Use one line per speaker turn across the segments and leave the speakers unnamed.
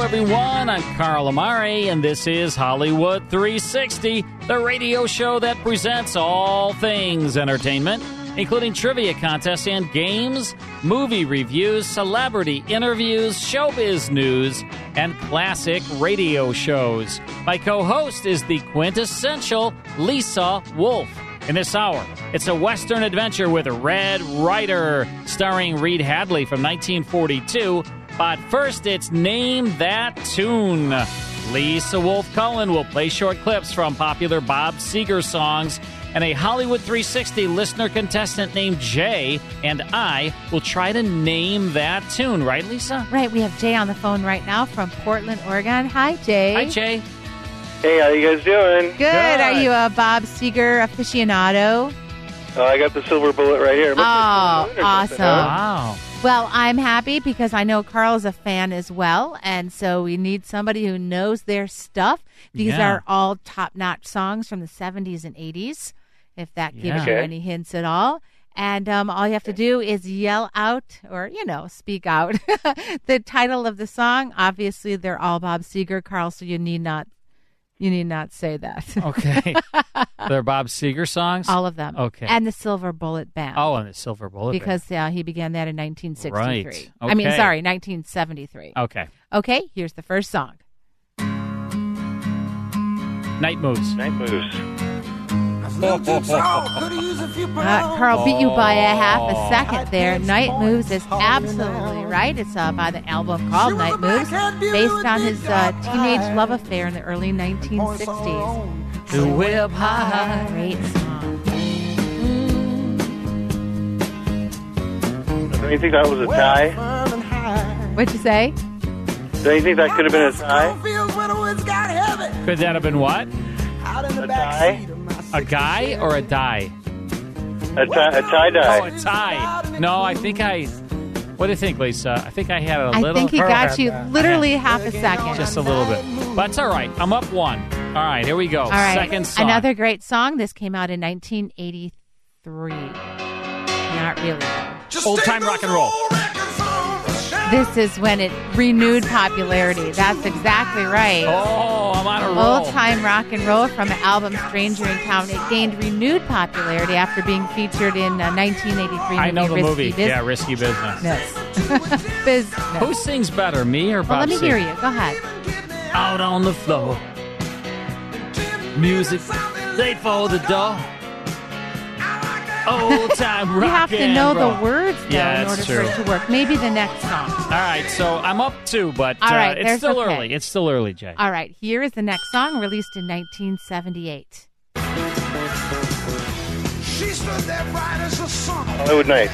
everyone. I'm Carl Amari, and this is Hollywood 360, the radio show that presents all things entertainment, including trivia contests and games, movie reviews, celebrity interviews, showbiz news, and classic radio shows. My co host is the quintessential Lisa Wolf. In this hour, it's a Western adventure with Red Rider, starring Reed Hadley from 1942. But first, it's Name That Tune. Lisa Wolf Cohen will play short clips from popular Bob Seger songs, and a Hollywood 360 listener contestant named Jay and I will try to name that tune, right, Lisa?
Right. We have Jay on the phone right now from Portland, Oregon. Hi, Jay.
Hi, Jay.
Hey, how you guys doing?
Good. Good. Are you a Bob Seger aficionado?
Oh, I got the silver bullet right here.
Oh, awesome. Huh?
Wow.
Well, I'm happy because I know Carl's a fan as well. And so we need somebody who knows their stuff. These
Yeah.
are all top notch songs from the 70s and 80s, if that gives
Yeah.
you
Okay.
any hints at all. And um, all you have to do is yell out or, you know, speak out the title of the song. Obviously, they're all Bob Seger, Carl, so you need not. You need not say that.
Okay. They're Bob Seger songs?
All of them.
Okay.
And the Silver Bullet Band.
oh, and the Silver Bullet. Band.
because uh, he began that in 1963.
Right.
I mean,
Okay.
sorry, 1973.
Okay.
Okay, here's the first song.
Night Moves.
Night moves.
Oh,
Uh, Carl beat you by a half
Oh.
a second there. Night Moves is absolutely right. It's uh, by the album called Night Moves, based on his uh, teenage love affair in the early 1960s.
The whip high.
Great song.
Don't you think that was a tie?
What'd you say?
Don't you think that could have been a tie?
Could that have been what?
A tie?
A guy or a die?
A tie, a tie
Oh,
dye.
a tie. No, I think I. What do you think, Lisa? I think I had a
I
little.
think he
or
got
had
you literally half a second.
Just a little bit, but it's all right. I'm up one. All right, here we go.
All right.
Second song.
Another great song. This came out in 1983. Not really.
old time rock and roll.
This is when it renewed popularity. That's exactly right.
Oh, I'm on a roll.
Old time rock and roll from the album Stranger in Town. It gained renewed popularity after being featured in uh, 1983
I know the
Risky
movie.
Business.
Yeah, risky business.
Business.
Who sings better, me or Bob?
Well, let me
Seger?
hear you. Go ahead.
Out on the floor, music. They follow the door. Old time rock
You have to
and
know
roll.
the words, though,
Yeah,
in order
that's
for
true.
it to work. Maybe the next song.
All right, so I'm up two, but
All right,
uh, it's
there's
still
okay.
early. It's still early, Jay.
All right, here is the next song released in 1978.
Hollywood Night.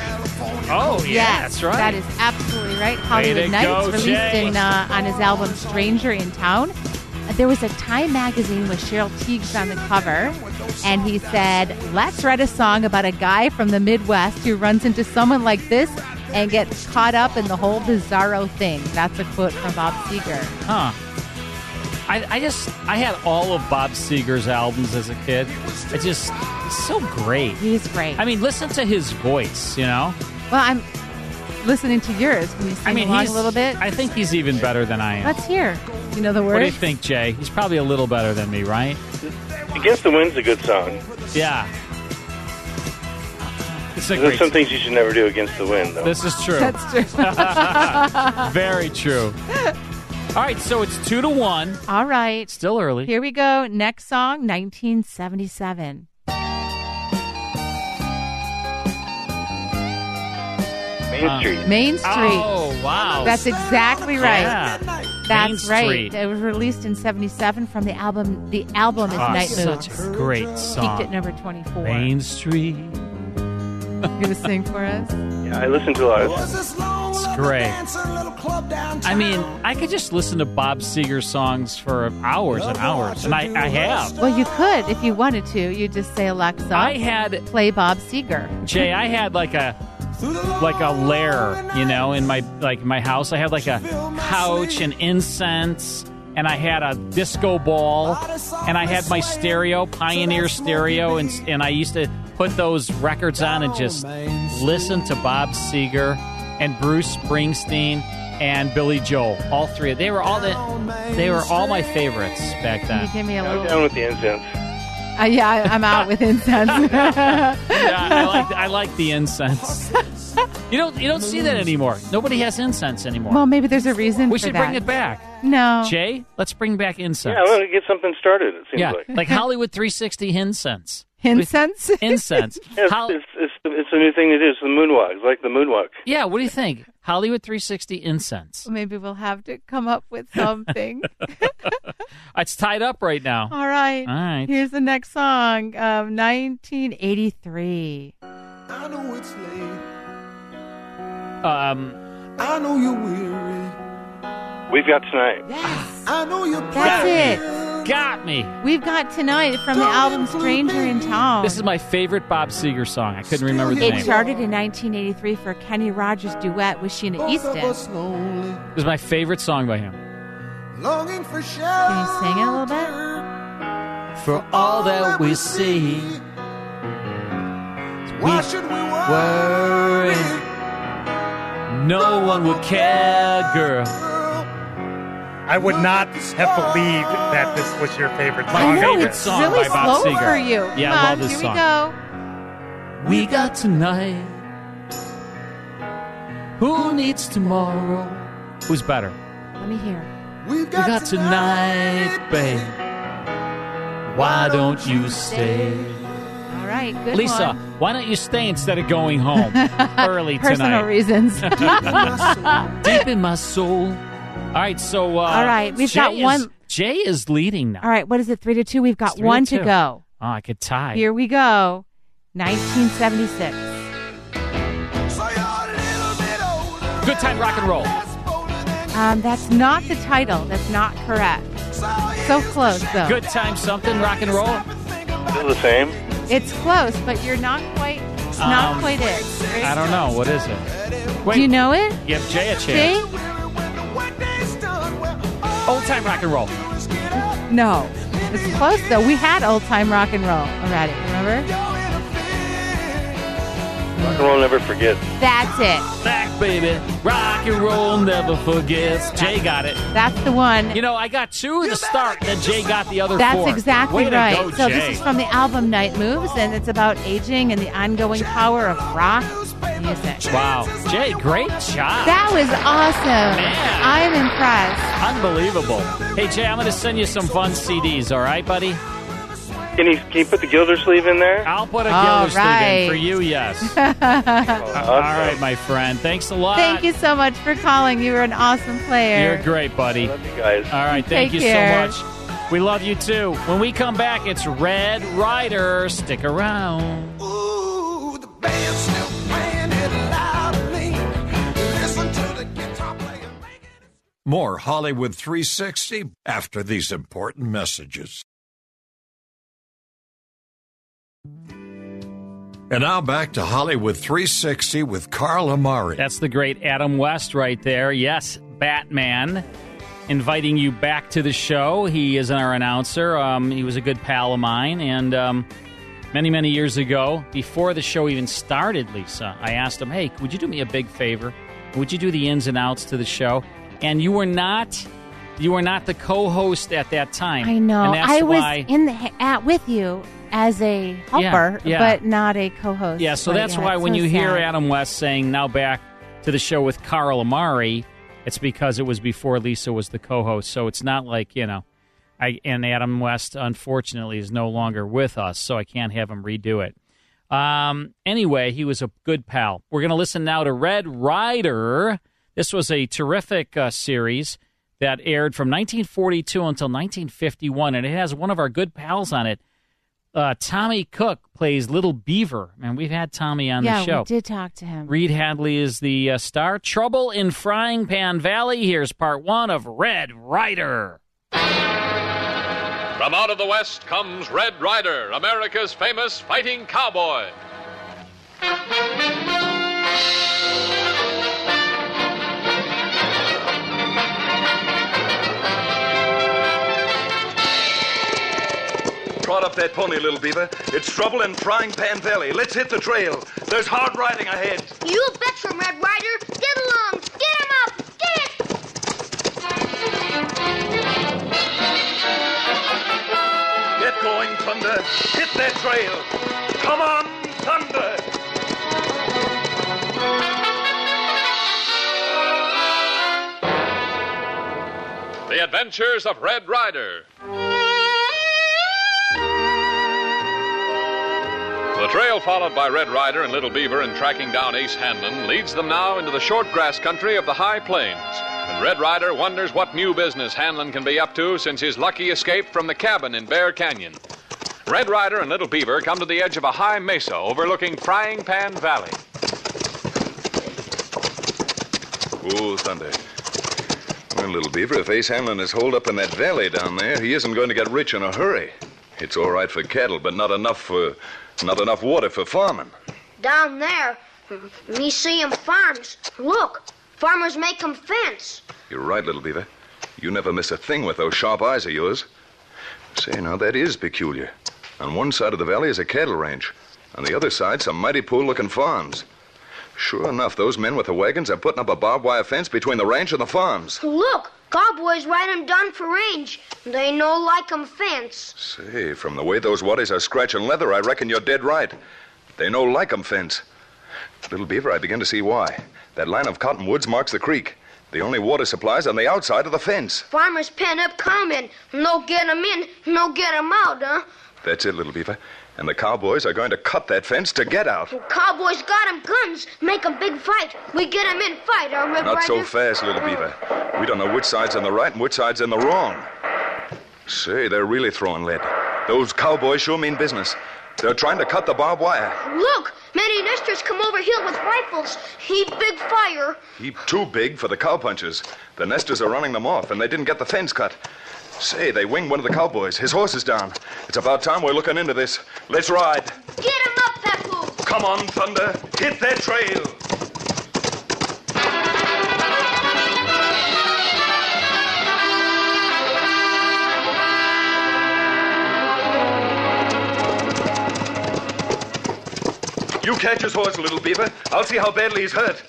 Oh, yeah,
Yes,
that's right.
That is absolutely right.
to
Hollywood Nights,
go,
released
Jay.
in uh, on his album Stranger in Town. Uh, There was a Time magazine with Cheryl Teagues on the cover, and he said, "Let's write a song about a guy from the Midwest who runs into someone like this and gets caught up in the whole bizarro thing." That's a quote from Bob Seger. Uh,
Huh. I, I just, I had all of Bob Seger's albums as a kid. It just, it's so great.
He's great.
I mean, listen to his voice, you know?
well, I'm listening to yours. Can you sing
I mean,
along
he's
a little bit?
I think he's even better than I am.
Let's hear. You know the words.
what do you think, Jay? He's probably a little better than me, right?
Against the Wind's a good song.
Yeah. It's a
There's
great
some things you should never do against the wind, though.
This is true.
That's true.
Very true. All right, so it's two to one.
All right.
Still early.
Here we go. Next song, 1977.
Main Street.
Main Street.
Oh, wow.
That's exactly right.
Yeah.
That's
Main
right.
Street.
It was released in 77 from the album. The album is
Ah,
Night
such
Moves.
a great song.
Peaked at number 24.
Main Street.
You gonna sing for us?
Yeah, I listen to a lot of
It's great. I mean, I could just listen to Bob Seger songs for hours and hours, and I, I have.
Well, you could if you wanted to. You just say Alexa.
I had-
play Bob Seger.
Jay, I had like a like a lair, you know, in my like my house. I had like a couch and incense, and I had a disco ball, and I had my stereo, Pioneer stereo, and and I used to put those records on and just listen to Bob Seger and Bruce Springsteen and Billy Joel. All three. They were all the they were all my favorites back
Can you
then.
give me a
I'm
little?
down with the incense.
Uh, yeah, I- I'm out with incense.
Yeah, I like I like the incense. You don't you don't see that anymore. Nobody has incense anymore.
well, maybe there's a reason.
We
for
should
that. Oh.
bring it back.
No.
Jay, let's bring back incense.
Yeah, I want to get something started, it seems
Yeah,
like.
like Hollywood 360 incense.
Incense.
Incense.
Yeah, it's,
Hol-
it's, it's, it's a new thing to do. It's the moonwalk. It's like the moonwalk.
yeah, what do you think? Hollywood 360 incense.
maybe we'll have to come up with something.
Uh, It's tied up right now.
All right.
All right.
Here's the next song, um, 1983.
I know it's late.
Um,
I know you're weary.
We've got tonight.
I know you're
That's it.
got me.
We've got tonight from the album Stranger in Town.
This is my favorite Bob Seger song. I couldn't remember the
it
name.
charted in 1983 for Kenny Rogers' duet with Sheena
both of
Easton.
us lonely.
It was my favorite song by him.
Longing for shelter.
Can you sing it a little bit?
For all that we see,
Why should we worry?
no one will care, girl.
I would not have believed that this was your favorite song.
My
know,
favorite
it's
song
really
by Bob
slow
Seger.
for you.
Yeah,
Come
I
on,
love this
here
song.
we go.
We got tonight. Who needs tomorrow? Who's better?
Let me hear.
We've
We got tonight, babe. Why don't you stay?
All right, good
Lisa,
one.
why don't you stay instead of going home early
Personal
tonight?
reasons.
Deep in my soul. All right, so uh,
All right, we've
Jay
got
is-
one-
Jay is leading now.
All right, what is it? Three to two. We've
It's
got
three
one
to
to,
two.
go.
Oh, I could tie.
Here we go. 1976.
Good time, rock and roll.
Um, that's not the title. That's not correct. So close though.
Good time, something, rock and roll.
Still the same.
It's close, but you're not quite. It's not
Um,
quite it.
I don't know what is it. Wait,
Do you know it?
Give Jay a chance.
Jay?
Old time rock and roll.
No. It's close though. We had old time rock and roll already. Remember?
Rock and roll never forgets.
That's it.
Back, baby. Rock and roll never forgets. Jay got it.
That's the one.
You know, I got two at the start, then Jay got the other
That's
four.
exactly
Way to
right.
go,
so
Jay.
this is from the album Night Moves, and it's about aging and the ongoing power of rock music.
Wow. Jay, great job.
That was awesome.
Man.
I'm impressed.
Unbelievable. Hey, Jay, I'm going to send you some fun CDs, all right, buddy?
Can you, can you put the Gildersleeve in there?
I'll put a
All
Gildersleeve in
right.
for you, yes. all
Awesome.
right, my friend. Thanks a lot.
Thank you so much for calling. You were an awesome player.
You're great, buddy.
Love you guys.
All right, thank
Take
you
care.
so much. We love you too. When we come back, it's Red Rider. Stick around.
Ooh, the band's still playing it loudly. Listen to the guitar player. making it-
More Hollywood 360 after these important messages. And now back to Hollywood 360 with Carl Amari.
That's the great Adam West right there. Yes, Batman. Inviting you back to the show. He is our announcer. Um, he was a good pal of mine. And um, many, many years ago, before the show even started, Lisa, I asked him, hey, would you do me a big favor? Would you do the ins and outs to the show? And you were not. You were not the co-host at that time.
I know.
And that's
I was
why,
in the ha- at with you as a helper,
yeah.
but not a co-host.
Yeah, so
But
that's
Oh, yeah,
why
it's
when
so
you hear
sad.
Adam West saying now back to the show with Carl Amari, It's because it was before Lisa was the co-host, so it's not like you know. I and Adam West unfortunately is no longer with us, so I can't have him redo it. Um, anyway, he was a good pal. We're going to listen now to Red Rider. This was a terrific uh, series that aired from 1942 until 1951, and it has one of our good pals on it. Uh, Tommy Cook plays Little Beaver, and we've had Tommy on
yeah,
the show.
we did talk to him.
Reed Hadley is the uh, star. Trouble in Frying Pan Valley. Here's part one of Red Rider.
From out of the West comes Red Rider, America's famous fighting cowboy.
Trot up that pony, little beaver. It's trouble in Frying Pan Valley. Let's hit the trail. There's hard riding ahead.
You betcha, Red Rider. Get along. Get him up. Get it.
Get going, Thunder. Hit that trail. Come on, Thunder.
The Adventures of Red Rider. The trail followed by Red Rider and Little Beaver in tracking down Ace Hanlon leads them now into the short grass country of the High Plains. And Red Rider wonders what new business Hanlon can be up to since his lucky escape from the cabin in Bear Canyon. Red Rider and Little Beaver come to the edge of a high mesa overlooking Frying Pan Valley.
Ooh, Thunder. Well, little beaver, if Ace Hanlon is holed up in that valley down there, he isn't going to get rich in a hurry. It's all right for cattle, but not enough for not enough water for farming.
Down there, me see 'em farms. Look, farmers make 'em fence.
You're right, little beaver. You never miss a thing with those sharp eyes of yours. Say, now that is peculiar. On one side of the valley is a cattle ranch. On the other side, some mighty poor-looking farms. Sure enough, those men with the wagons are putting up a barbed wire fence between the ranch and the farms.
Look, cowboys ride 'em down for range. They no like 'em fence.
Say, from the way those waddies are scratching leather, I reckon you're dead right. They no like 'em fence. Little Beaver, I begin to see why. That line of cottonwoods marks the creek. The only water supplies on the outside of the fence.
Farmers pen up common. No get 'em in, no get 'em out, huh?
That's it, Little Beaver. And the cowboys are going to cut that fence to get out.
Cowboys got 'em guns, make 'em big fight. We get 'em in fight, huh, Red
Not so
Rider?
fast, Little Beaver. We don't know which side's in the right and which side's in the wrong. Say, they're really throwing lead. Those cowboys sure mean business. They're trying to cut the barbed wire.
Look, many nesters come over here with rifles. He big fire.
Heap too big for the cowpunchers. The nesters are running them off, and they didn't get the fence cut. Say, they winged one of the cowboys. His horse is down. It's about time we're looking into this. Let's ride.
Get 'em up, Pepu.
Come on, Thunder. Hit that trail. You catch his horse, little beaver. I'll see how badly he's hurt.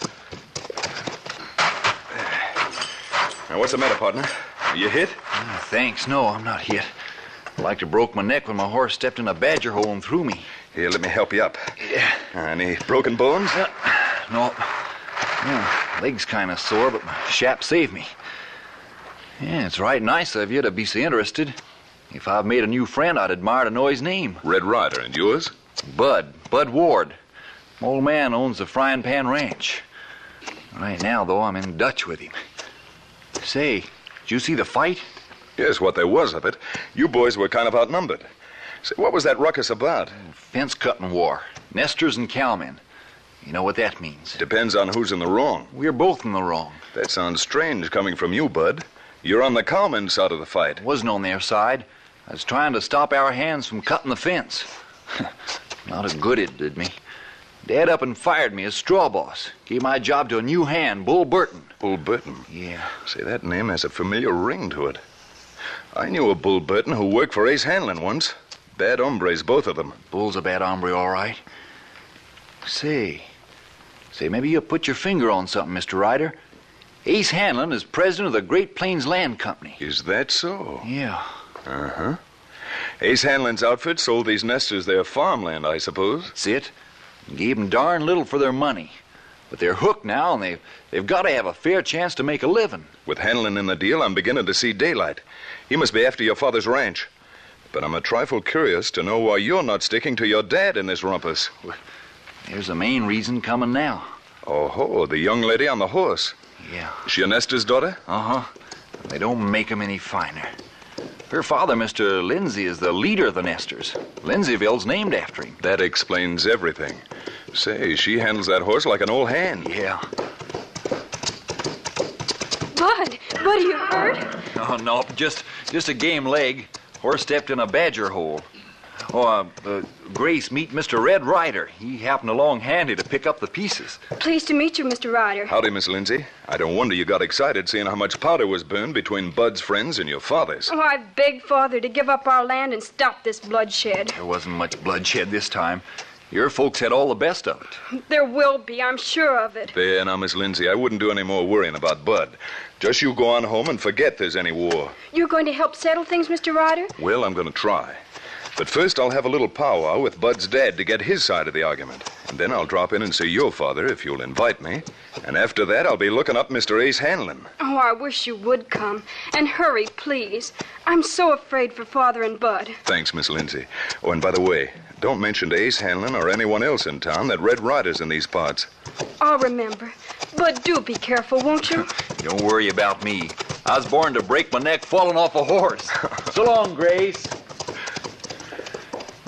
Now, what's the matter, partner? Are you hit?
Ah, Thanks. No, I'm not hit. I like to broke my neck when my horse stepped in a badger hole and threw me.
Here, let me help you up. Yeah. Any broken bones?
Uh, no. Yeah, leg's kind of sore, but my shap saved me. Yeah, it's right nice of you to be so interested. If I've made a new friend, I'd admire to know his name.
Red Rider, and yours?
Bud. Bud Ward. Old man owns the Frying Pan Ranch. Right now, though, I'm in Dutch with him. Say, did you see the fight?
Yes, what there was of it. You boys were kind of outnumbered. Say, what was that ruckus about?
Fence cutting war. Nesters and cowmen. You know what that means.
Depends on who's in the wrong.
We're both in the wrong.
That sounds strange coming from you, Bud. You're on the cowmen's side of the fight.
Wasn't on their side. I was trying to stop our hands from cutting the fence. Not a good it did me. Dad up and fired me as straw boss. Gave my job to a new hand, Bull Burton.
Bull Burton?
Yeah.
Say, that name has a familiar ring to it. I knew a Bull Burton who worked for Ace Hanlon once. Bad hombres, both of them.
Bull's a bad hombre, all right. Say, say, maybe you put your finger on something, Mr. Ryder. Ace Hanlon is president of the Great Plains Land Company.
Is that so?
Yeah.
Uh huh. Ace Hanlon's outfit sold these nesters their farmland, I suppose.
That's it. Gave 'em darn little for their money. But they're hooked now, and they've, they've got to have a fair chance to make a living.
With Hanlon in the deal, I'm beginning to see daylight. He must be after your father's ranch. But I'm a trifle curious to know why you're not sticking to your dad in this rumpus.
There's the main reason coming now.
Oh, ho, the young lady on the horse.
Yeah.
She Anesta's daughter?
Uh huh. They don't make 'em any finer. Her father, Mr. Lindsay, is the leader of the Nesters. Lindsayville's named after him.
That explains everything. Say, she handles that horse like an old hand.
Yeah.
Bud, Bud, are you hurt?
Oh, no, just just a game leg. Horse stepped in a badger hole. Oh, uh, uh, Grace, meet Mr. Red Ryder. He happened along handy to pick up the pieces.
Pleased to meet you, Mr. Ryder.
Howdy, Miss Lindsay. I don't wonder you got excited seeing how much powder was burned between Bud's friends and your father's.
Oh, I beg Father to give up our land and stop this bloodshed.
There wasn't much bloodshed this time. Your folks had all the best of it.
There will be, I'm sure of it.
There now, Miss Lindsay, I wouldn't do any more worrying about Bud. Just you go on home and forget there's any war.
You're going to help settle things, Mr. Ryder?
Well, I'm going to try. But first, I'll have a little powwow with Bud's dad to get his side of the argument. And then I'll drop in and see your father if you'll invite me. And after that, I'll be looking up Mr. Ace Hanlon.
Oh, I wish you would come. And hurry, please. I'm so afraid for Father and Bud.
Thanks, Miss Lindsay. Oh, and by the way, don't mention to Ace Hanlon or anyone else in town that Red Rider's in these parts.
I'll remember. Bud, do be careful, won't you?
don't worry about me. I was born to break my neck falling off a horse. so long, Grace.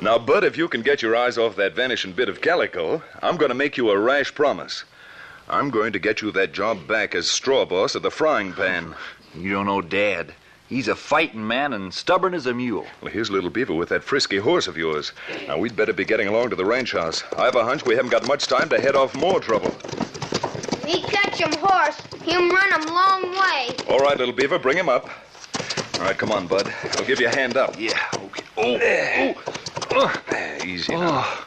Now, Bud, if you can get your eyes off that vanishing bit of calico, I'm going to make you a rash promise. I'm going to get you that job back as straw boss of the frying pan.
You don't know Dad. He's a fighting man and stubborn as a mule.
Well, here's Little Beaver with that frisky horse of yours. Now, we'd better be getting along to the ranch house. I've a hunch we haven't got much time to head off more trouble.
He catch him horse, him run him long way.
All right, Little Beaver, bring him up. All right, come on, Bud. I'll give you a hand up.
Yeah, okay. Oh, there. oh.
Uh, easy now.
Oh,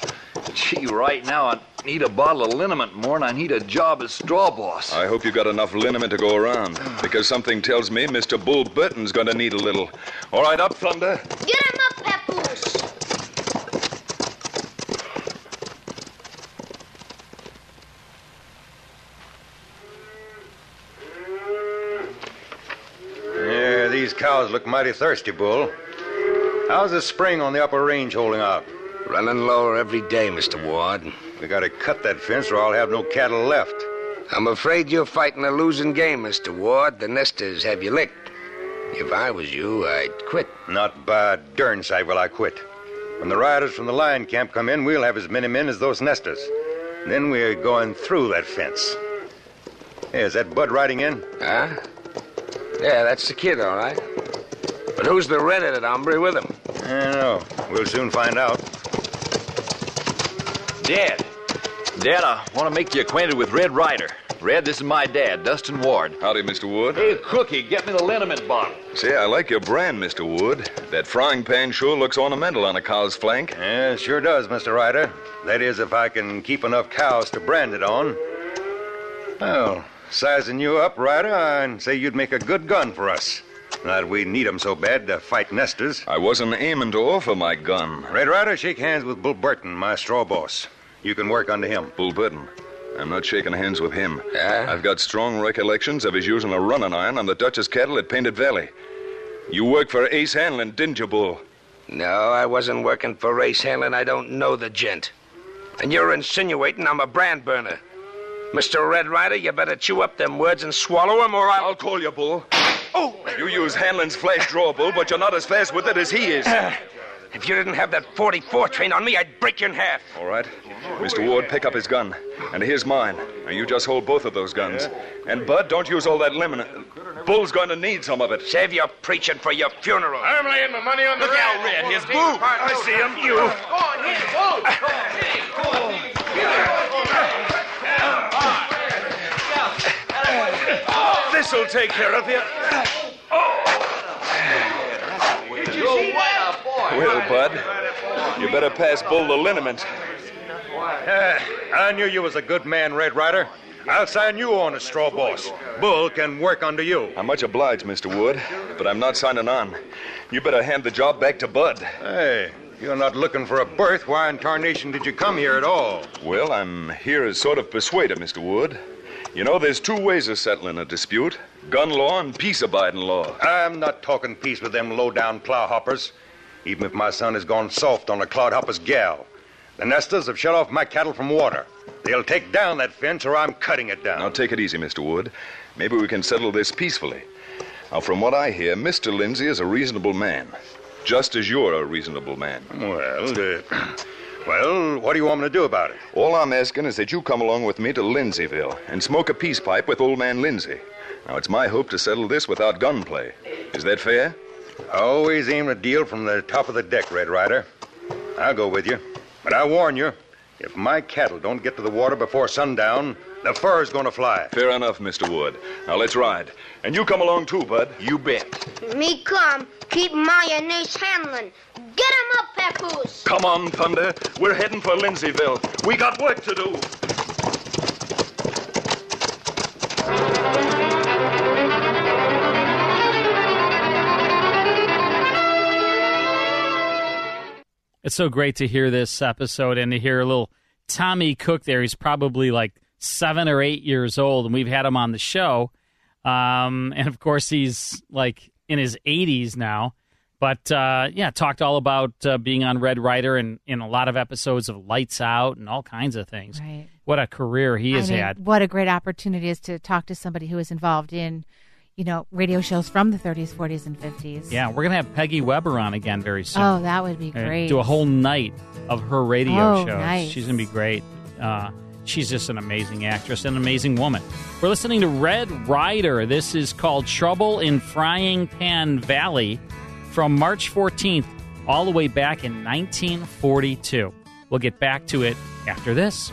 gee, right now I need a bottle of liniment more than I need a job as straw boss.
I hope you got enough liniment to go around, because something tells me Mr. Bull Burton's going to need a little. All right, up, Thunder.
Get him up, Papoose.
Yeah, these cows look mighty thirsty, Bull. How's the spring on the upper range holding up?
Running lower every day, Mr. Ward.
We gotta cut that fence or I'll have no cattle left.
I'm afraid you're fighting a losing game, Mr. Ward. The nesters have you licked. If I was you, I'd quit.
Not by darn sight will I quit. When the riders from the lion camp come in, we'll have as many men as those nesters. Then we're going through that fence. Hey, is that Bud riding in?
Huh? Yeah, that's the kid, all right. But who's the redheaded hombre with him?
I don't know. Uh, We'll soon find out.
Dad. Dad, I want to make you acquainted with Red Ryder. Red, this is my dad, Dustin Ward.
Howdy, Mr. Wood.
Hey, Cookie, get me the liniment bottle.
Say, I like your brand, Mr. Wood. That frying pan sure looks ornamental on a cow's flank.
Yeah, it sure does, Mr. Ryder. That is, if I can keep enough cows to brand it on. Well, sizing you up, Ryder, I'd say you'd make a good gun for us. Not we need 'em so bad to fight nesters.
I wasn't aiming to offer my gun.
Red Rider, shake hands with Bull Burton, my straw boss. You can work under him.
Bull Burton. I'm not shaking hands with him.
Yeah?
I've got strong recollections of his using a running iron on the Dutch's cattle at Painted Valley. You worked for Ace Hanlon, didn't you, Bull?
No, I wasn't working for Ace Hanlon. I don't know the gent. And you're insinuating I'm a brand burner. Mr. Red Rider, you better chew up them words and swallow 'em, or I'll...
I'll call you, Bull. Oh! You use Hanlon's flash draw, Bull, but you're not as fast with it as he is.
Ah,
Uh,
if you didn't have that 44 train on me, I'd break you in half.
All right. Mr. Ward, pick up his gun. And here's mine. Now, you just hold both of those guns. And, Bud, don't use all that lemon. Bull's going to need some of it.
Save your preaching for your funeral.
I'm laying my money on the
Look out, Red. Here's Boo. I
see him. You. Go on, here. Go on, here. Go on,
This'll take care of you.
Oh!
Well, Bud, you better pass Bull the liniment.
Uh, I knew you was a good man, Red Rider. I'll sign you on as straw boss. Bull can work under you.
I'm much obliged, Mr. Wood, but I'm not signing on. You better hand the job back to Bud.
Hey, You're not looking for a berth. Why in tarnation did you come here at all?
Well, I'm here as sort of persuader, Mr. Wood. You know, there's two ways of settling a dispute gun law and peace abiding law.
I'm not talking peace with them low down plowhoppers. Even if my son has gone soft on a clodhopper's gal. The nesters have shut off my cattle from water. They'll take down that fence or I'm cutting it down.
Now, take it easy, Mr. Wood. Maybe we can settle this peacefully. Now, from what I hear, Mr. Lindsay is a reasonable man, just as you're a reasonable man.
Well, uh, well, what do you want me to do about it?
All I'm asking is that you come along with me to Lindsayville and smoke a peace pipe with old man Lindsay. Now, it's my hope to settle this without gunplay. Is that fair?
I always aim to deal from the top of the deck, Red Rider. I'll go with you. But I warn you, if my cattle don't get to the water before sundown, the fur's gonna fly.
Fair enough, Mr. Wood. Now let's ride. And you come along too, bud.
You bet.
Me come. Keep my and Ace Hanlon. Get him up, Papoose.
Come on, Thunder. We're heading for Lindsayville. We got work to do.
It's so great to hear this episode and to hear a little Tommy Cook there. He's probably like seven or eight years old, and we've had him on the show. Um, and of course, he's like in his 80s now. But uh, yeah, talked all about uh, being on Red Rider and in a lot of episodes of Lights Out and all kinds of things.
Right.
What a career he has
I mean,
had.
What a great opportunity is to talk to somebody who is involved in, you know, radio shows from the 30s, 40s, and 50s.
Yeah, we're going to have Peggy Weber on again very soon.
Oh, that would be
Uh,
great.
Do a whole night of her radio
Oh,
shows.
nice.
She's going to be great. Uh, she's just an amazing actress and an amazing woman. We're listening to Red Rider. This is called Trouble in Frying Pan Valley from March 14th all the way back in 1942. We'll get back to it after this.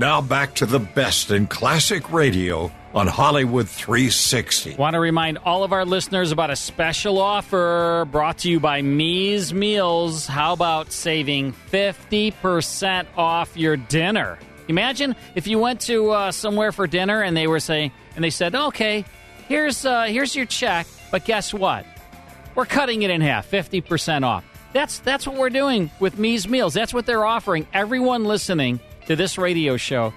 Now back to the best in classic radio on Hollywood 360.
Want to remind all of our listeners about a special offer brought to you by Me's Meals. How about saving 50% off your dinner? Imagine if you went to uh, somewhere for dinner and they were saying, and they said, okay, here's, uh, here's your check, but guess what? We're cutting it in half, 50% off. That's that's what we're doing with Me's Meals. That's what they're offering. Everyone listening to this radio show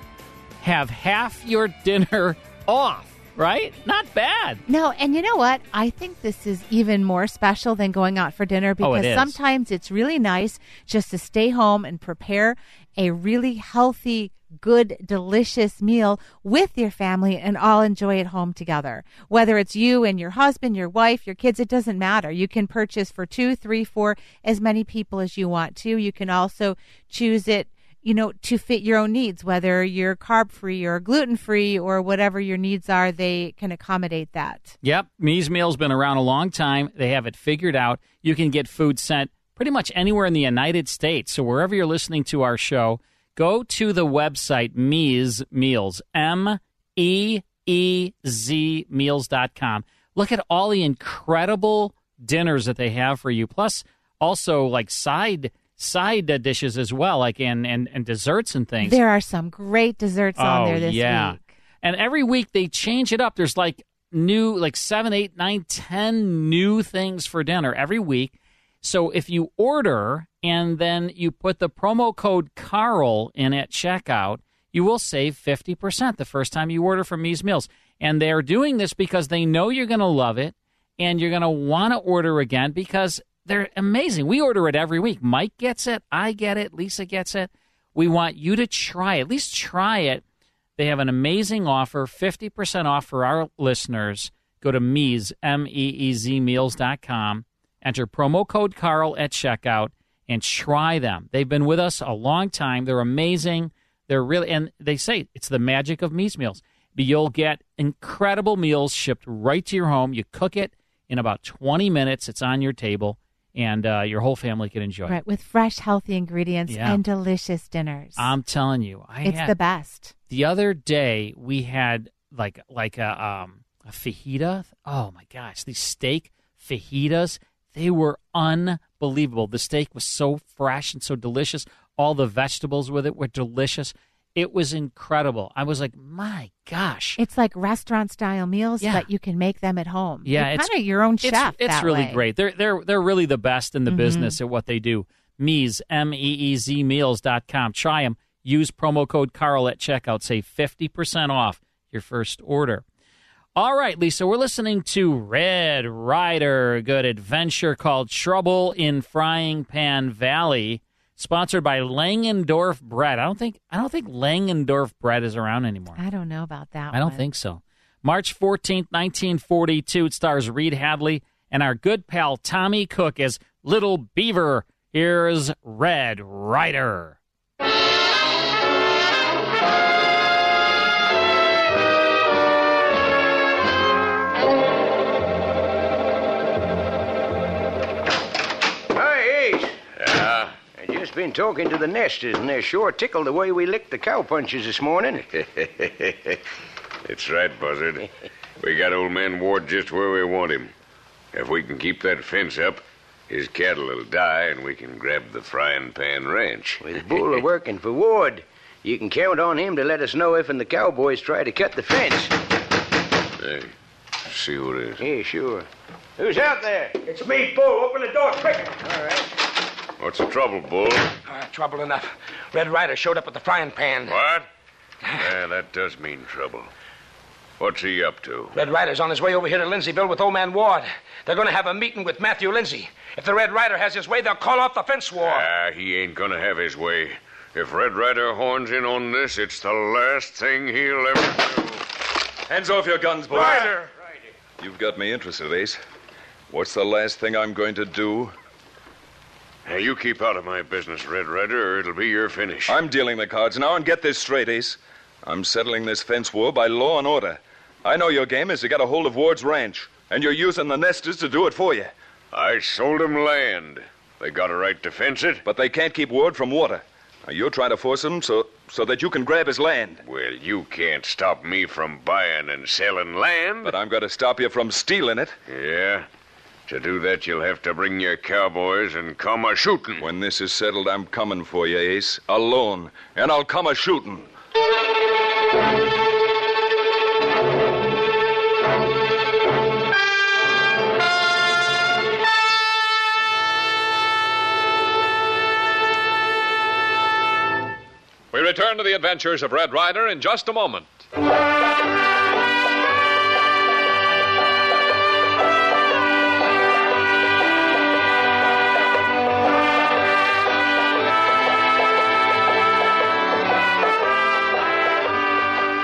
have half your dinner off, right? Not bad.
No, and you know what? I think this is even more special than going out for dinner
Oh, it
because
is.
sometimes it's really nice just to stay home and prepare a really healthy, good, delicious meal with your family and all enjoy it home together. Whether it's you and your husband, your wife, your kids, it doesn't matter. You can purchase for two, three, four, as many people as you want to. You can also choose it you know, to fit your own needs, whether you're carb free or gluten free or whatever your needs are, they can accommodate that.
Yep, Me's Meal's been around a long time. They have it figured out. You can get food sent pretty much anywhere in the United States. So wherever you're listening to our show, go to the website Me's Meals, M E E Z Meals.com. Look at all the incredible dinners that they have for you. Plus, also like side side dishes as well, like and and, and desserts and things.
There are some great desserts on there this
Oh, yeah.
week.
And every week they change it up. There's like new, like seven, eight, nine, ten new things for dinner every week. So if you order and then you put the promo code Carl in at checkout, you will save 50% the first time you order from Me's Meals. And they're doing this because they know you're going to love it and you're going to want to order again because they're amazing. We order it every week. Mike gets it. I get it. Lisa gets it. We want you to try, at least try it. They have an amazing offer 50% off for our listeners. Go to Mies, M E E Z meals.com. Enter promo code Carl at checkout and try them. They've been with us a long time. They're amazing. They're really, and they say it's the magic of Mies meals. But you'll get incredible meals shipped right to your home. You cook it in about 20 minutes, it's on your table, and uh, your whole family can enjoy it.
Right, with fresh, healthy ingredients
Yeah. Um,
and delicious dinners.
I'm telling you, I
it's
had-
the best.
The other day we had like like a um a fajita. Oh my gosh, these steak fajitas, they were unbelievable. The steak was so fresh and so delicious. All the vegetables with it were delicious. It was incredible. I was like, "My gosh."
It's like restaurant style meals, but you can make them at home.
Yeah,
You're
it's-
kind of your own
it's,
chef.
It's
that
really
way.
great. They're they're they're really the best in the
Mhm.
business at what they do. Meez M E E Z meals.com. Try them. Use promo code Carl at checkout. Save fifty percent off your first order. All right, Lisa, we're listening to Red Rider, a good adventure called Trouble in Frying Pan Valley, sponsored by Langendorf Bread. I don't think I don't think Langendorf Bread is around anymore.
I don't know about that.
I don't
one.
think so. March 14th, 1942. It stars Reed Hadley and our good pal Tommy Cook as Little Beaver. Here's Red Rider.
Hey, Ace.
Yeah. I just been talking to the nesters, and they're sure tickled the way we licked the cowpunchers this morning.
That's right, Buzzard. We got old man Ward just where we want him. If we can keep that fence up, his cattle will die and we can grab the frying pan ranch.
With Buller working for Ward, you can count on him to let us know if and the cowboys try to cut the fence.
Hey, see who it is.
Yeah, sure.
Who's out there? It's me, Bull. Open the door quick. All right.
What's the trouble, Bull?
Uh, trouble enough. Red Rider showed up with the frying pan.
What? yeah, Ah, that does mean trouble. What's he up to?
Red Rider's on his way over here to Lindsayville with old man Ward. They're going to have a meeting with Matthew Lindsay. If the Red Rider has his way, they'll call off the fence war.
Ah, he ain't gonna have his way. If Red Rider horns in on this, it's the last thing he'll ever do. Hands off your guns, boys. Rider!
You've got me interested, Ace. What's the last thing I'm going to do?
Now, you keep out of my business, Red Rider, or it'll be your finish.
I'm dealing the cards now, and get this straight, Ace. I'm settling this fence war by law and order. I know your game is to get a hold of Ward's ranch, and you're using the nesters to do it for you.
I sold 'em land. They got a right to fence it.
But they can't keep Ward from water. Now, you're trying to force him so, so that you can grab his land.
Well, you can't stop me from buying and selling land.
But I'm going to stop you from stealing it.
Yeah. To do that, you'll have to bring your cowboys and come a shooting.
When this is settled, I'm coming for you, Ace. Alone. And I'll come a shooting.
We return to the adventures of Red Rider in just a moment.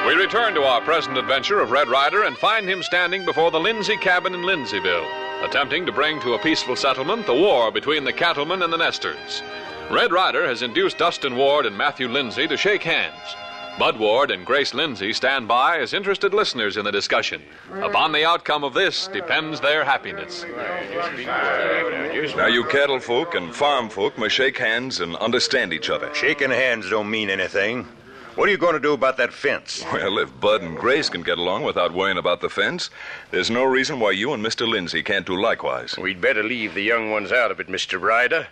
We return to our present adventure of Red Rider and find him standing before the Lindsay cabin in Lindsayville, attempting to bring to a peaceful settlement the war between the cattlemen and the nesters. Red Rider has induced Dustin Ward and Matthew Lindsay to shake hands. Bud Ward and Grace Lindsay stand by as interested listeners in the discussion. Upon the outcome of this depends their happiness.
Now, you cattle folk and farm folk must shake hands and understand each other.
Shaking hands don't mean anything. What are you going to do about that fence?
Well, if Bud and Grace can get along without worrying about the fence, there's no reason why you and Mr. Lindsay can't do likewise.
We'd better leave the young ones out of it, Mr. Ryder.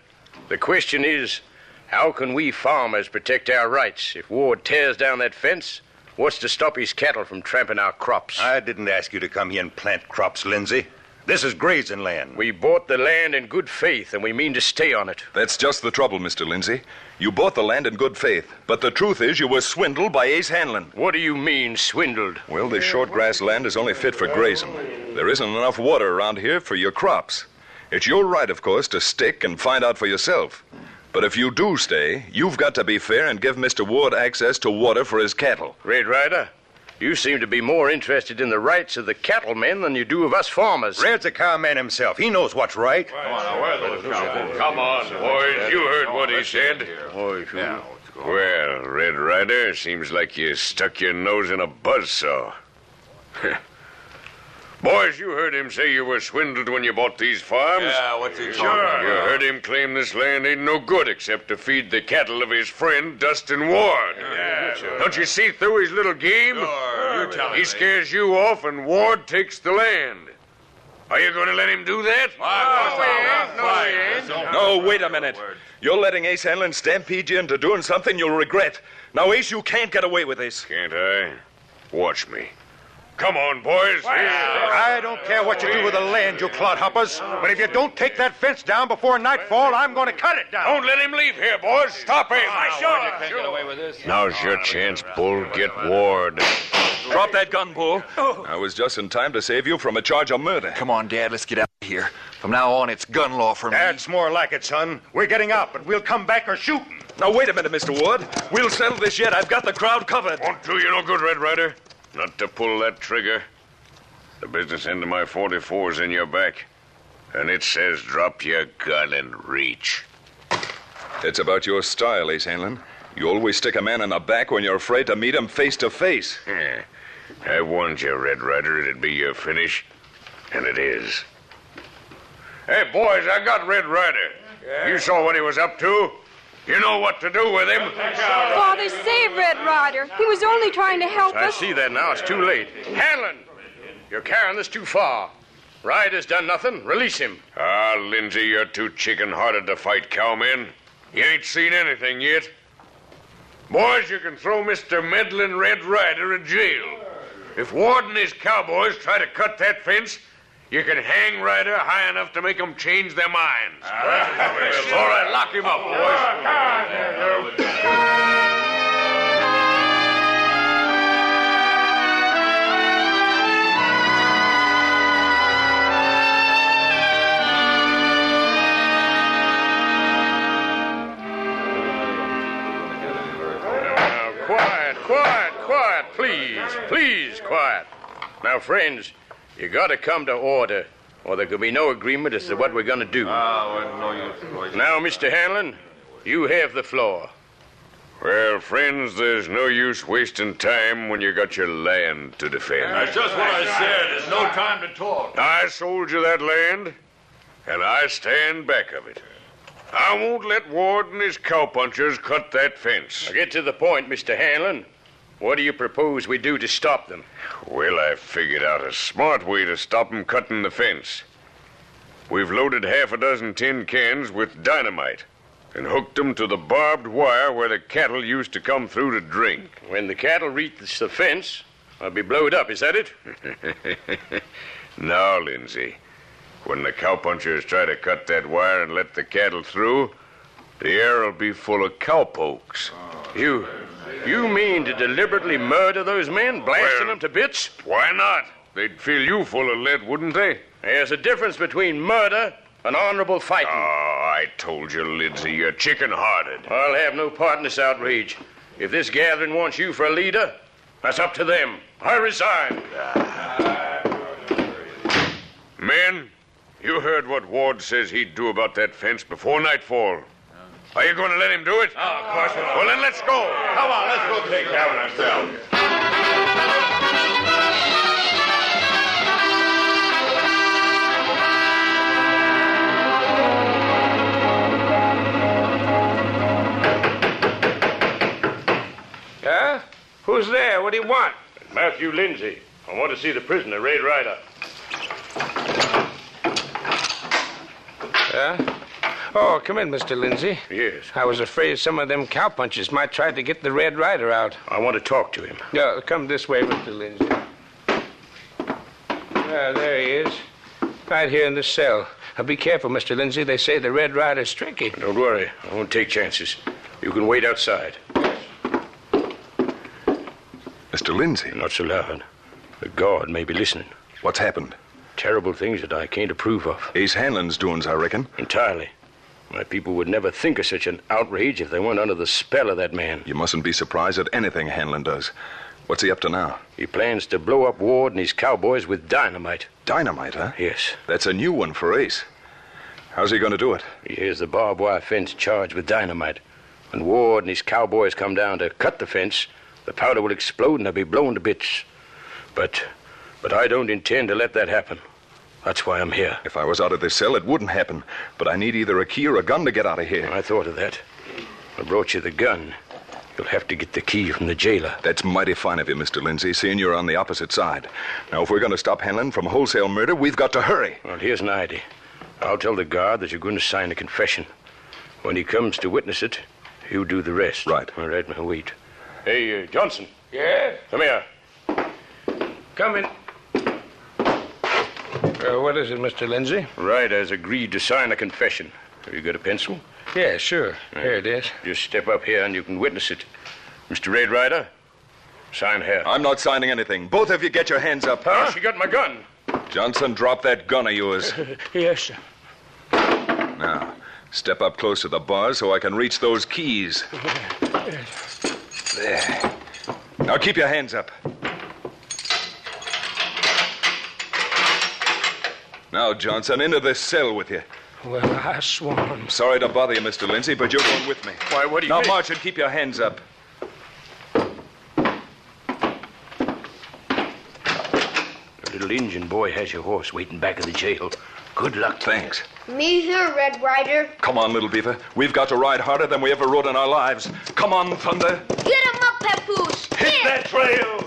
The question is how can we farmers protect our rights? If Ward tears down that fence, what's to stop his cattle from trampling our crops?
I didn't ask you to come here and plant crops, Lindsay. This is grazing land.
We bought the land in good faith, and we mean to stay on it.
That's just the trouble, Mr. Lindsay. You bought the land in good faith, but the truth is you were swindled by Ace Hanlon.
What do you mean, swindled?
Well, this short grass land is only fit for grazing. There isn't enough water around here for your crops. It's your right, of course, to stick and find out for yourself. But if you do stay, you've got to be fair and give Mr. Ward access to water for his cattle.
Red Rider, you seem to be more interested in the rights of the cattlemen than you do of us farmers.
Red's a cowman himself. He knows what's right.
Come on, boys. You heard what he said. Well, Red Rider, seems like you stuck your nose in a buzzsaw. Boys, you heard him say you were swindled when you bought these farms.
Yeah, what's he talking
sure.
about?
You heard him claim this land ain't no good except to feed the cattle of his friend Dustin Ward. Yeah, Don't you see through his little game?
you're telling
he
me.
scares you off, and Ward takes the land. Are you going to let him do that?
No, wait a minute. You're letting Ace Hanlon stampede you into doing something you'll regret. Now, Ace, you can't get away with this.
Can't I? Watch me. Come on, boys.
I don't care what you do with the land, you clodhoppers, but if you don't take that fence down before nightfall, I'm going to cut it down. Ah,
Don't let him leave here, boys. Stop him. I
Can't get away with this.
Now's your chance, Bull. Get Ward.
Drop that gun, Bull. I was just in time to save you from a charge of murder.
Oh. Come on, Dad, let's get out of here. From now on, it's gun law for me.
That's more like it, son. We're getting out, but we'll come back or shoot 'em.
Now, wait a minute, Mr. Ward. We'll settle this yet. I've got the crowd covered.
Won't do you no good, Red Rider. Not to pull that trigger. The business end of my 44's in your back. And it says drop your gun and reach.
It's about your style, Ace Hanlon. You always stick a man in the back when you're afraid to meet him face to face.
Yeah. I warned you, Red Rider, it'd be your finish. And it is. Hey, boys, I got Red Rider. You saw what he was up to. You know what to do with him.
Father, save Red Rider. He was only trying to help
I
us.
see that now. It's too late. Hanlon, you're carrying this too far. Ryder's done nothing. Release him.
Ah, Lindsay, you're too chicken hearted to fight cowmen. You ain't seen anything yet. Boys, you can throw Mr. Medlin Red Rider in jail. If Ward and his cowboys try to cut that fence, you can hang Ryder high enough to make 'em change their minds. All right, lock him up, boys.
Quiet, quiet, quiet, please, please, quiet. Now, friends, you gotta come to order, or there could be no agreement as to what we're gonna do.
Ah,
Now, Mr. Hanlon, you have the floor.
Well, friends, there's no use wasting time when you got your land to defend.
That's just what I said. There's no time to talk.
I sold you that land, and I stand back of it. I won't let Ward and his cowpunchers cut that fence.
Now get to the point, Mr. Hanlon. What do you propose we do to stop them?
Well, I figured out a smart way to stop 'em cutting the fence. We've loaded half a dozen tin cans with dynamite and hooked 'em to the barbed wire where the cattle used to come through to drink.
When the cattle reach the fence, I'll be blowed up. Is that it?
now, Lindsay, when the cowpunchers try to cut that wire and let the cattle through, the air'll be full of cowpokes.
You, you mean to deliberately murder those men, blasting
Well-
them to bits?
Why not? They'd fill you full of lead, wouldn't they?
There's a difference between murder and honorable fighting.
Oh, I told you, Lindsay, you're chicken-hearted.
I'll have no part in this outrage. If this gathering wants you for a leader, that's up to them. I resign.
Men, you heard what Ward says he'd do about that fence before nightfall. Are you going to let him do it? No,
Oh,
of course not. Well, then let's go.
Come on, let's go take care of ourselves.
Huh? Who's there? What do you want? Matthew Lindsay. I want to see the prisoner, Ray Ryder.
Huh? Oh, come in, Mr. Lindsay.
Yes.
I was afraid some of them cowpunchers might try to get the Red Rider out.
I want to talk to him.
Yeah, come this way, Mr. Lindsay. Yeah, there he is. Right here in this cell. Now be careful, Mr. Lindsay. They say the Red Rider's tricky.
Don't worry. I won't take chances. You can wait outside.
Mr. Lindsay.
Not so loud. The guard may be listening.
What's happened?
Terrible things that I can't approve of.
Ace Hanlon's doings, I reckon.
Entirely. My people would never think of such an outrage if they weren't under the spell of that man.
You mustn't be surprised at anything Hanlon does. What's he up to now?
He plans to blow up Ward and his cowboys with dynamite.
Dynamite, huh?
Yes.
That's a new one for Ace. How's he going to do it?
Here's the barbed wire fence charged with dynamite. When Ward and his cowboys come down to cut the fence, the powder will explode and they'll be blown to bits. But, but I don't intend to let that happen. That's why I'm here.
If I was out of this cell, it wouldn't happen. But I need either a key or a gun to get out of here.
I thought of that. I brought you the gun. You'll have to get the key from the jailer.
That's mighty fine of you, Mr. Lindsay, seeing you're on the opposite side. Now, if we're going to stop Hanlon from wholesale murder, we've got to hurry.
Well, here's an idea. I'll tell the guard that you're going to sign a confession. When he comes to witness it, you do the rest.
Right.
All right, now wait. Hey, uh, Johnson.
Yeah?
Come here.
Come in. Uh, what is it, Mr. Lindsay?
Right, has agreed to sign a confession. Have you got a pencil?
Yeah, sure. Here it is.
Just step up here and you can witness it. Mr. Red Rider, sign here.
Uh.
I'm not signing anything. Both of you get your hands up.
Huh? She got my gun.
Johnson, drop that gun of yours.
yes, sir.
Now, step up close to the bar so I can reach those keys. There. Now keep your hands up. Now, Johnson, into this cell with you.
Well, I swan.
I'm sorry to bother you, Mr. Lindsay, but you're going with me.
Why, what do you
Now
mean?
march and keep your hands up.
The little Indian boy has your horse waiting back in the jail. Good luck to
Thanks.
Me here, Red Rider.
Come on, little beaver. We've got to ride harder than we ever rode in our lives. Come on, Thunder.
Get him up, Papoose.
Hit that trail!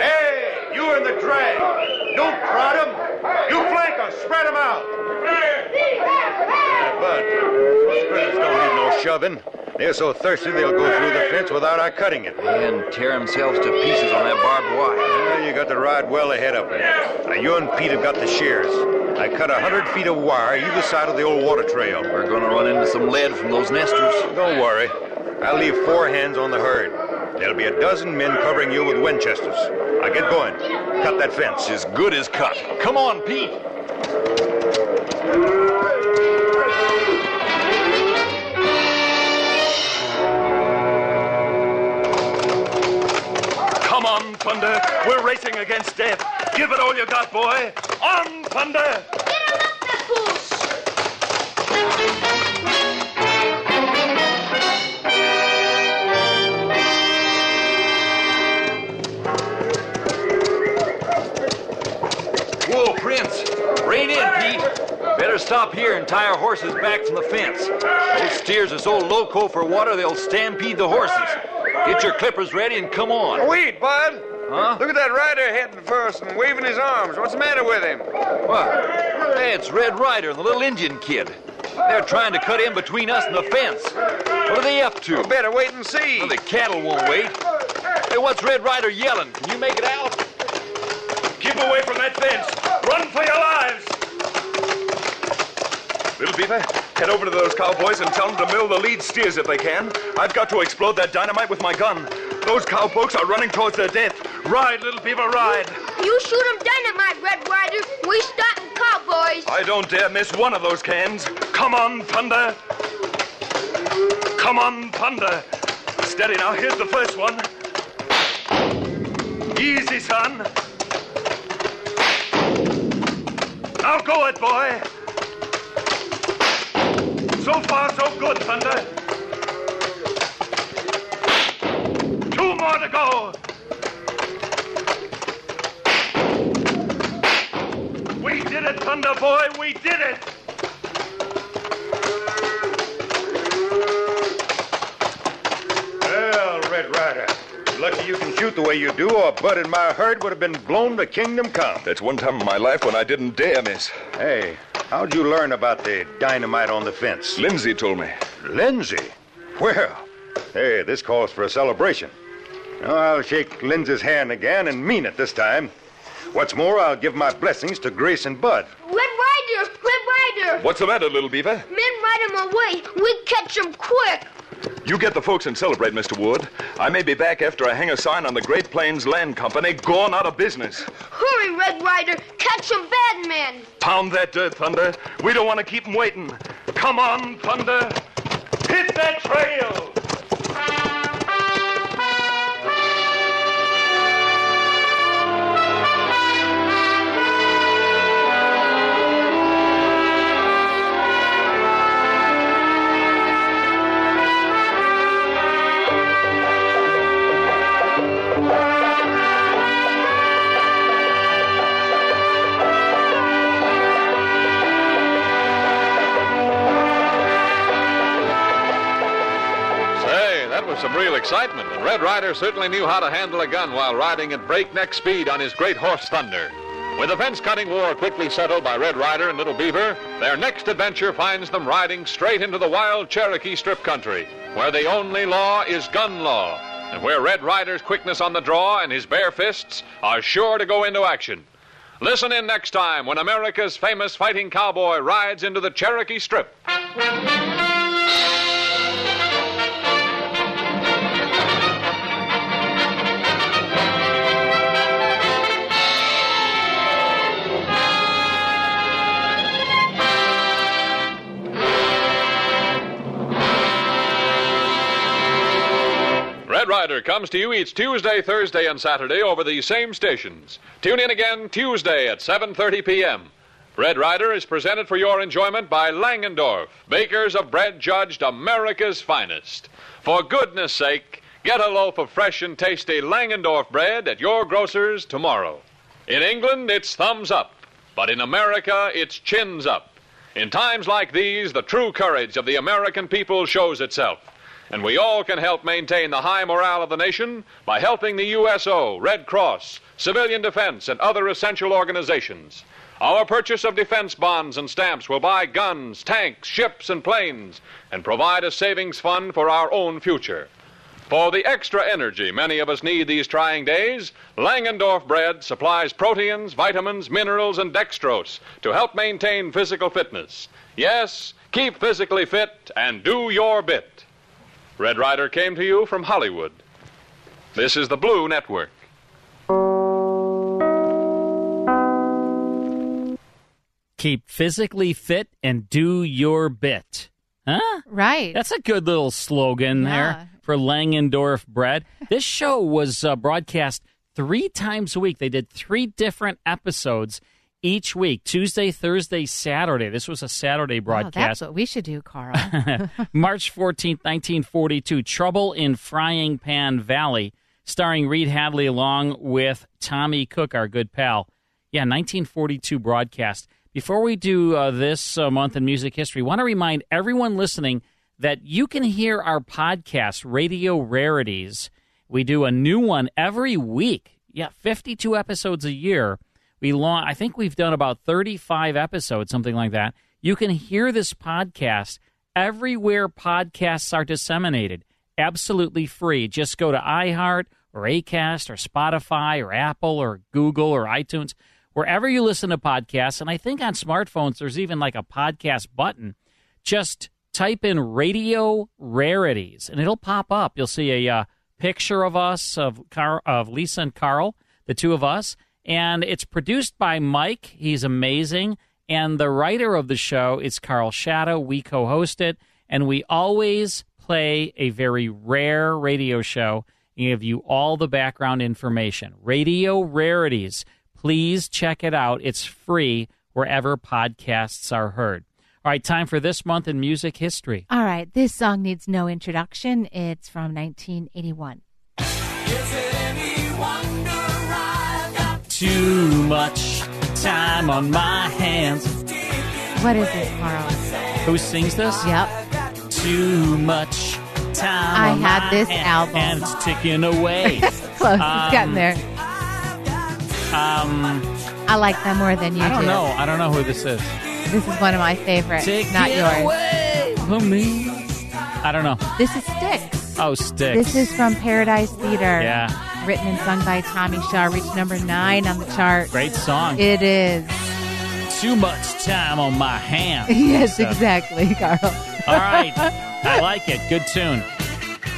Hey, you in the drag. Don't prod 'em. You flank 'em. Spread 'em out. Yeah, Bud, those critters don't need no shoving. They're so thirsty they'll go through the fence without our cutting it.
And tear themselves to pieces on that barbed wire.
Well, you got to ride well ahead of them. Now, you and Pete have got the shears. I cut a hundred feet of wire either side of the old water trail.
We're going to run into some lead from those nesters.
Don't worry. I'll leave four hands on the herd. There'll be a dozen men covering you with Winchesters. Now get going. Cut that fence.
As good as cut. Come on, Pete.
Come on, Thunder. We're racing against death. Give it all you got, boy. On, Thunder.
Whoa, Prince. Rein in, Pete. Better stop here and tie our horses back from the fence. Those steers are so loco for water, they'll stampede the horses. Get your clippers ready and come on.
Wait, Bud.
Huh?
Look at that rider heading for us and waving his arms. What's the matter with him?
What? Hey, it's Red Rider and the little Indian kid. They're trying to cut in between us and the fence. What are they up to?
You better wait and see.
Well, the cattle won't wait. Hey, what's Red Rider yelling? Can you make it out?
Keep away from that fence. Run for your lives.
Little beaver, head over to those cowboys and tell them to mill the lead steers if they can. I've got to explode that dynamite with my gun. Those cowpokes are running towards their death. Ride, little beaver, ride.
You shoot him dynamite, Red Rider. We starting cowboys.
I don't dare miss one of those cans. Come on, Thunder. Come on, Thunder. Steady now. Here's the first one. Easy, son.
Now go it, boy. So far, so good, Thunder. Two more to go. We did it, Thunder Boy. We did it.
Well, Red Rider, Lucky you can shoot the way you do, or a bud in my herd would have been blown to kingdom come.
That's one time in my life when I didn't dare miss.
Hey, how'd you learn about the dynamite on the fence?
Lindsay told me.
Lindsay? Well, hey, this calls for a celebration. Now, I'll shake Lindsay's hand again and mean it this time. What's more, I'll give my blessings to Grace and Bud.
Red Rider! Red Rider!
What's the matter, little beaver?
Men ride him away. We catch him quick.
You get the folks and celebrate, Mr. Wood. I may be back after I hang a sign on the Great Plains Land Company gone out of business.
Hurry, Red Rider. Catch him, bad man.
Pound that dirt, Thunder. We don't want to keep 'em waiting. Come on, Thunder.
Hit that trail!
Say, that was some real excitement, and Red Rider certainly knew how to handle a gun while riding at breakneck speed on his great horse Thunder. With the fence cutting war quickly settled by Red Rider and Little Beaver, their next adventure finds them riding straight into the wild Cherokee Strip country, where the only law is gun law, and where Red Rider's quickness on the draw and his bare fists are sure to go into action. Listen in next time when America's famous fighting cowboy rides into the Cherokee Strip. Red Rider comes to you each Tuesday, Thursday, and Saturday over these same stations. Tune in again Tuesday at 7:30 p.m. Red Rider is presented for your enjoyment by Langendorf, bakers of bread judged America's finest. For goodness sake, get a loaf of fresh and tasty Langendorf bread at your grocer's tomorrow. In England, it's thumbs up, but in America, it's chins up. In times like these, the true courage of the American people shows itself. And we all can help maintain the high morale of the nation by helping the USO, Red Cross, Civilian Defense, and other essential organizations. Our purchase of defense bonds and stamps will buy guns, tanks, ships, and planes and provide a savings fund for our own future. For the extra energy many of us need these trying days, Langendorf bread supplies proteins, vitamins, minerals, and dextrose to help maintain physical fitness. Yes, keep physically fit and do your bit. Red Rider came to you from Hollywood. This is the Blue Network.
Keep physically fit and do your bit. Huh?
Right.
That's a good little slogan there for Langendorf bread. This show was uh, broadcast three times a week. They did three different episodes each week Tuesday, Thursday, Saturday. This was a Saturday
Oh, that's
broadcast.
what we should do, Carl.
March fourteenth, 1942, Trouble in Frying Pan Valley, starring Reed Hadley along with Tommy Cook, our good pal. Yeah, 1942 broadcast. Before we do uh, this uh, month in music history, want to remind everyone listening that you can hear our podcast, Radio Rarities. We do a new one every week. Yeah, 52 episodes a year. We launch, I think we've done about 35 episodes, something like that. You can hear this podcast everywhere podcasts are disseminated, absolutely free. Just go to iHeart or Acast or Spotify or Apple or Google or iTunes, wherever you listen to podcasts. And I think on smartphones, there's even like a podcast button. Just type in radio rarities and it'll pop up. You'll see a uh, picture of us, of, Car- of Lisa and Carl, the two of us. And it's produced by Mike. He's amazing. And the writer of the show is Carl Shadow. We co host it. And we always play a very rare radio show and give you all the background information. Radio Rarities. Please check it out. It's free wherever podcasts are heard. All right, time for this month in music history.
All right, this song needs no introduction. It's from 1981.
Too much time on my hands.
What is this, Carl?
Who sings this?
Yep.
Too much time.
I
on
had
my
this
hands,
album.
And it's ticking away.
Close. it's gotten
Um,
there.
Um,
I like them more than you
I don't
do.
know. I don't know who this is.
This is one of my favorites,
Take
not
it
yours.
I don't know.
This is Sticks.
Oh, sticks.
This is from Paradise Theater.
Yeah.
Written and sung by Tommy Shaw, reached number nine on the chart.
Great song.
It is.
Too much time on my hands.
Yes,
So-
exactly, Carl.
All right. I like it. Good tune.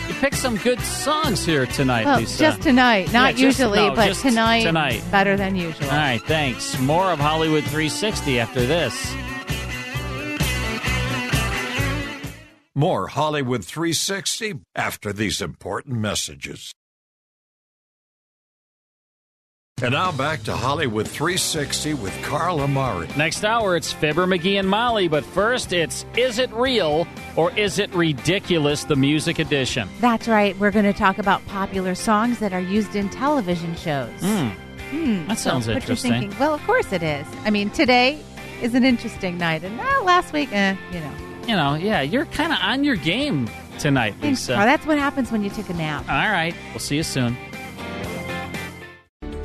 You picked some good songs here tonight,
Well,
Lisa.
Oh, just tonight,
Yeah,
not
just-
usually,
no,
but
just
tonight,
Tonight.
better than usual.
All right, thanks. More of Hollywood 360 after this.
More Hollywood 360 after these important messages. And now back to Hollywood 360 with Carl Amari.
Next hour, it's Fibber McGee and Molly, but first, it's Is It Real or Is It Ridiculous? The Music Edition.
That's right. We're going to talk about popular songs that are used in television shows.
Hmm.
Hmm,
That sounds
what you're
interesting.
thinking, well, of course it is. I mean, today is an interesting night, and uh, last week, eh, you know.
You know, yeah, you're kind of on your game tonight, Lisa.
Oh, that's what happens when you take a nap.
All right, we'll see you soon.